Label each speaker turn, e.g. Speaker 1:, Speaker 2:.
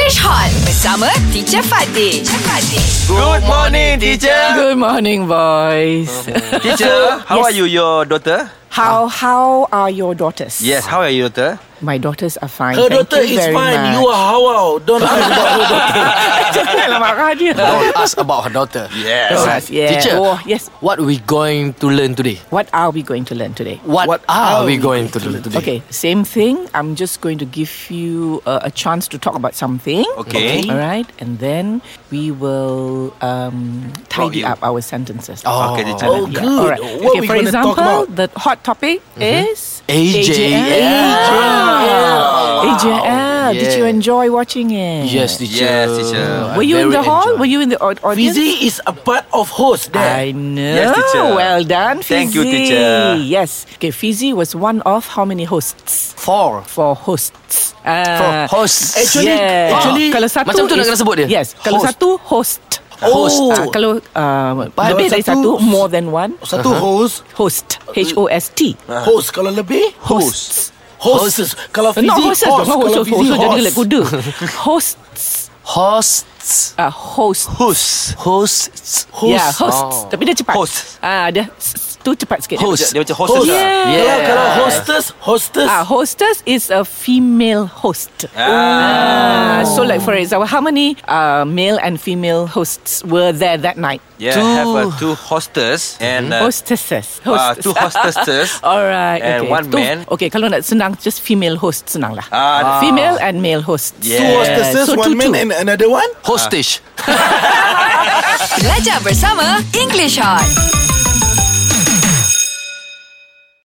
Speaker 1: Fresh Hot bersama Teacher Fatih. Teacher Fatih.
Speaker 2: Good morning, teacher.
Speaker 3: Good morning, boys.
Speaker 2: Teacher, how are you, your daughter?
Speaker 3: How how are your daughters?
Speaker 2: Yes, how are you, daughter?
Speaker 3: My daughters are fine.
Speaker 4: Her
Speaker 3: Thank
Speaker 4: daughter
Speaker 3: you
Speaker 4: is
Speaker 3: very
Speaker 4: Uh, fine.
Speaker 3: Much.
Speaker 4: You are how wow. Don't ask about her daughter.
Speaker 3: Janganlah marah dia.
Speaker 5: Don't ask about her daughter.
Speaker 2: Yes.
Speaker 3: Yes, yeah.
Speaker 5: Teacher.
Speaker 3: Oh, yes.
Speaker 5: What we going to learn today?
Speaker 3: What are we going to learn today?
Speaker 5: What, are, we going to learn today?
Speaker 3: Okay, same thing. I'm just going to give you uh, a chance to talk about something.
Speaker 2: Okay.
Speaker 3: All right, and then we will um, tidy
Speaker 2: you.
Speaker 3: up our sentences.
Speaker 5: Oh.
Speaker 2: Okay, teacher.
Speaker 4: Oh, good.
Speaker 3: All right.
Speaker 4: What
Speaker 3: okay,
Speaker 4: we
Speaker 3: for
Speaker 4: gonna
Speaker 3: example,
Speaker 4: talk about?
Speaker 3: the hot topic is AJL.
Speaker 5: AJL.
Speaker 3: AJL. Did you
Speaker 5: Yeah.
Speaker 3: enjoy watching it?
Speaker 5: Yes, teacher.
Speaker 2: Yes, teacher.
Speaker 3: Mm.
Speaker 5: I
Speaker 3: Were you in
Speaker 5: very
Speaker 3: the hall?
Speaker 5: enjoy.
Speaker 3: Were you in the au- audience?
Speaker 4: Fizi is a part of host there.
Speaker 3: I know.
Speaker 2: Yes, teacher.
Speaker 3: Well done, Fizi.
Speaker 2: Thank you, teacher.
Speaker 3: Yes. Okay, Fizi was one of how many hosts?
Speaker 5: Four.
Speaker 3: For hosts.
Speaker 5: Four
Speaker 3: Ah,
Speaker 5: hosts. Eh,
Speaker 4: Actually-
Speaker 3: yeah.
Speaker 4: actually,
Speaker 3: Ah, kalau satu
Speaker 5: Uh, macam tu nak
Speaker 3: is-
Speaker 5: kena sebut dia?
Speaker 3: Yes, kalau
Speaker 5: Host.
Speaker 3: satu host.
Speaker 5: Host.
Speaker 3: Ah, kalau uh,
Speaker 4: Kalau
Speaker 3: lebih dari
Speaker 4: satu-
Speaker 3: satu, more than one.
Speaker 4: Satu
Speaker 5: Uh-huh.
Speaker 4: host,
Speaker 3: Host. H O S T.
Speaker 4: host kalau lebih
Speaker 3: Hosts.
Speaker 4: hosts. Kalau
Speaker 3: No,
Speaker 4: Fizi
Speaker 3: hosts.
Speaker 4: host,
Speaker 3: No,
Speaker 4: kalau
Speaker 3: hosts.
Speaker 4: Fizi
Speaker 3: Hosts. Jadi like
Speaker 4: host.
Speaker 3: kuda. Hosts.
Speaker 5: Hosts.
Speaker 3: Uh, host. Ya,
Speaker 5: Hosts. Hosts.
Speaker 3: Host. Yeah, hosts.
Speaker 5: Oh.
Speaker 3: Tapi dia cepat.
Speaker 2: Host.
Speaker 3: Ah, dia s- tu cepat sikit. Ya.
Speaker 5: Host.
Speaker 2: Dia macam hostess
Speaker 4: Host.
Speaker 2: lah.
Speaker 3: Yeah.
Speaker 4: Kalau kalau
Speaker 5: Yeah.
Speaker 4: hostess, hostess.
Speaker 3: Ah, hostess is a female host.
Speaker 2: Ah.
Speaker 3: Ah, so like for example, how many uh, male and female hosts were there that night?
Speaker 2: Yeah,
Speaker 5: Two-
Speaker 2: have uh, two hostess and uh,
Speaker 3: Hostesses.
Speaker 2: uh,
Speaker 3: Hostess. Ah,
Speaker 2: two hostesses.
Speaker 3: Alright.
Speaker 2: And
Speaker 3: okay.
Speaker 2: one
Speaker 3: Tu-
Speaker 2: man.
Speaker 3: Okay, kalau nak senang, just female host senang lah.
Speaker 2: Ah.
Speaker 3: Female and male hosts.
Speaker 2: Yeah.
Speaker 4: Two hostesses,
Speaker 3: So
Speaker 4: one man
Speaker 3: two-two.
Speaker 4: and another one.
Speaker 5: Hostage.
Speaker 1: Belajar bersama English Hot.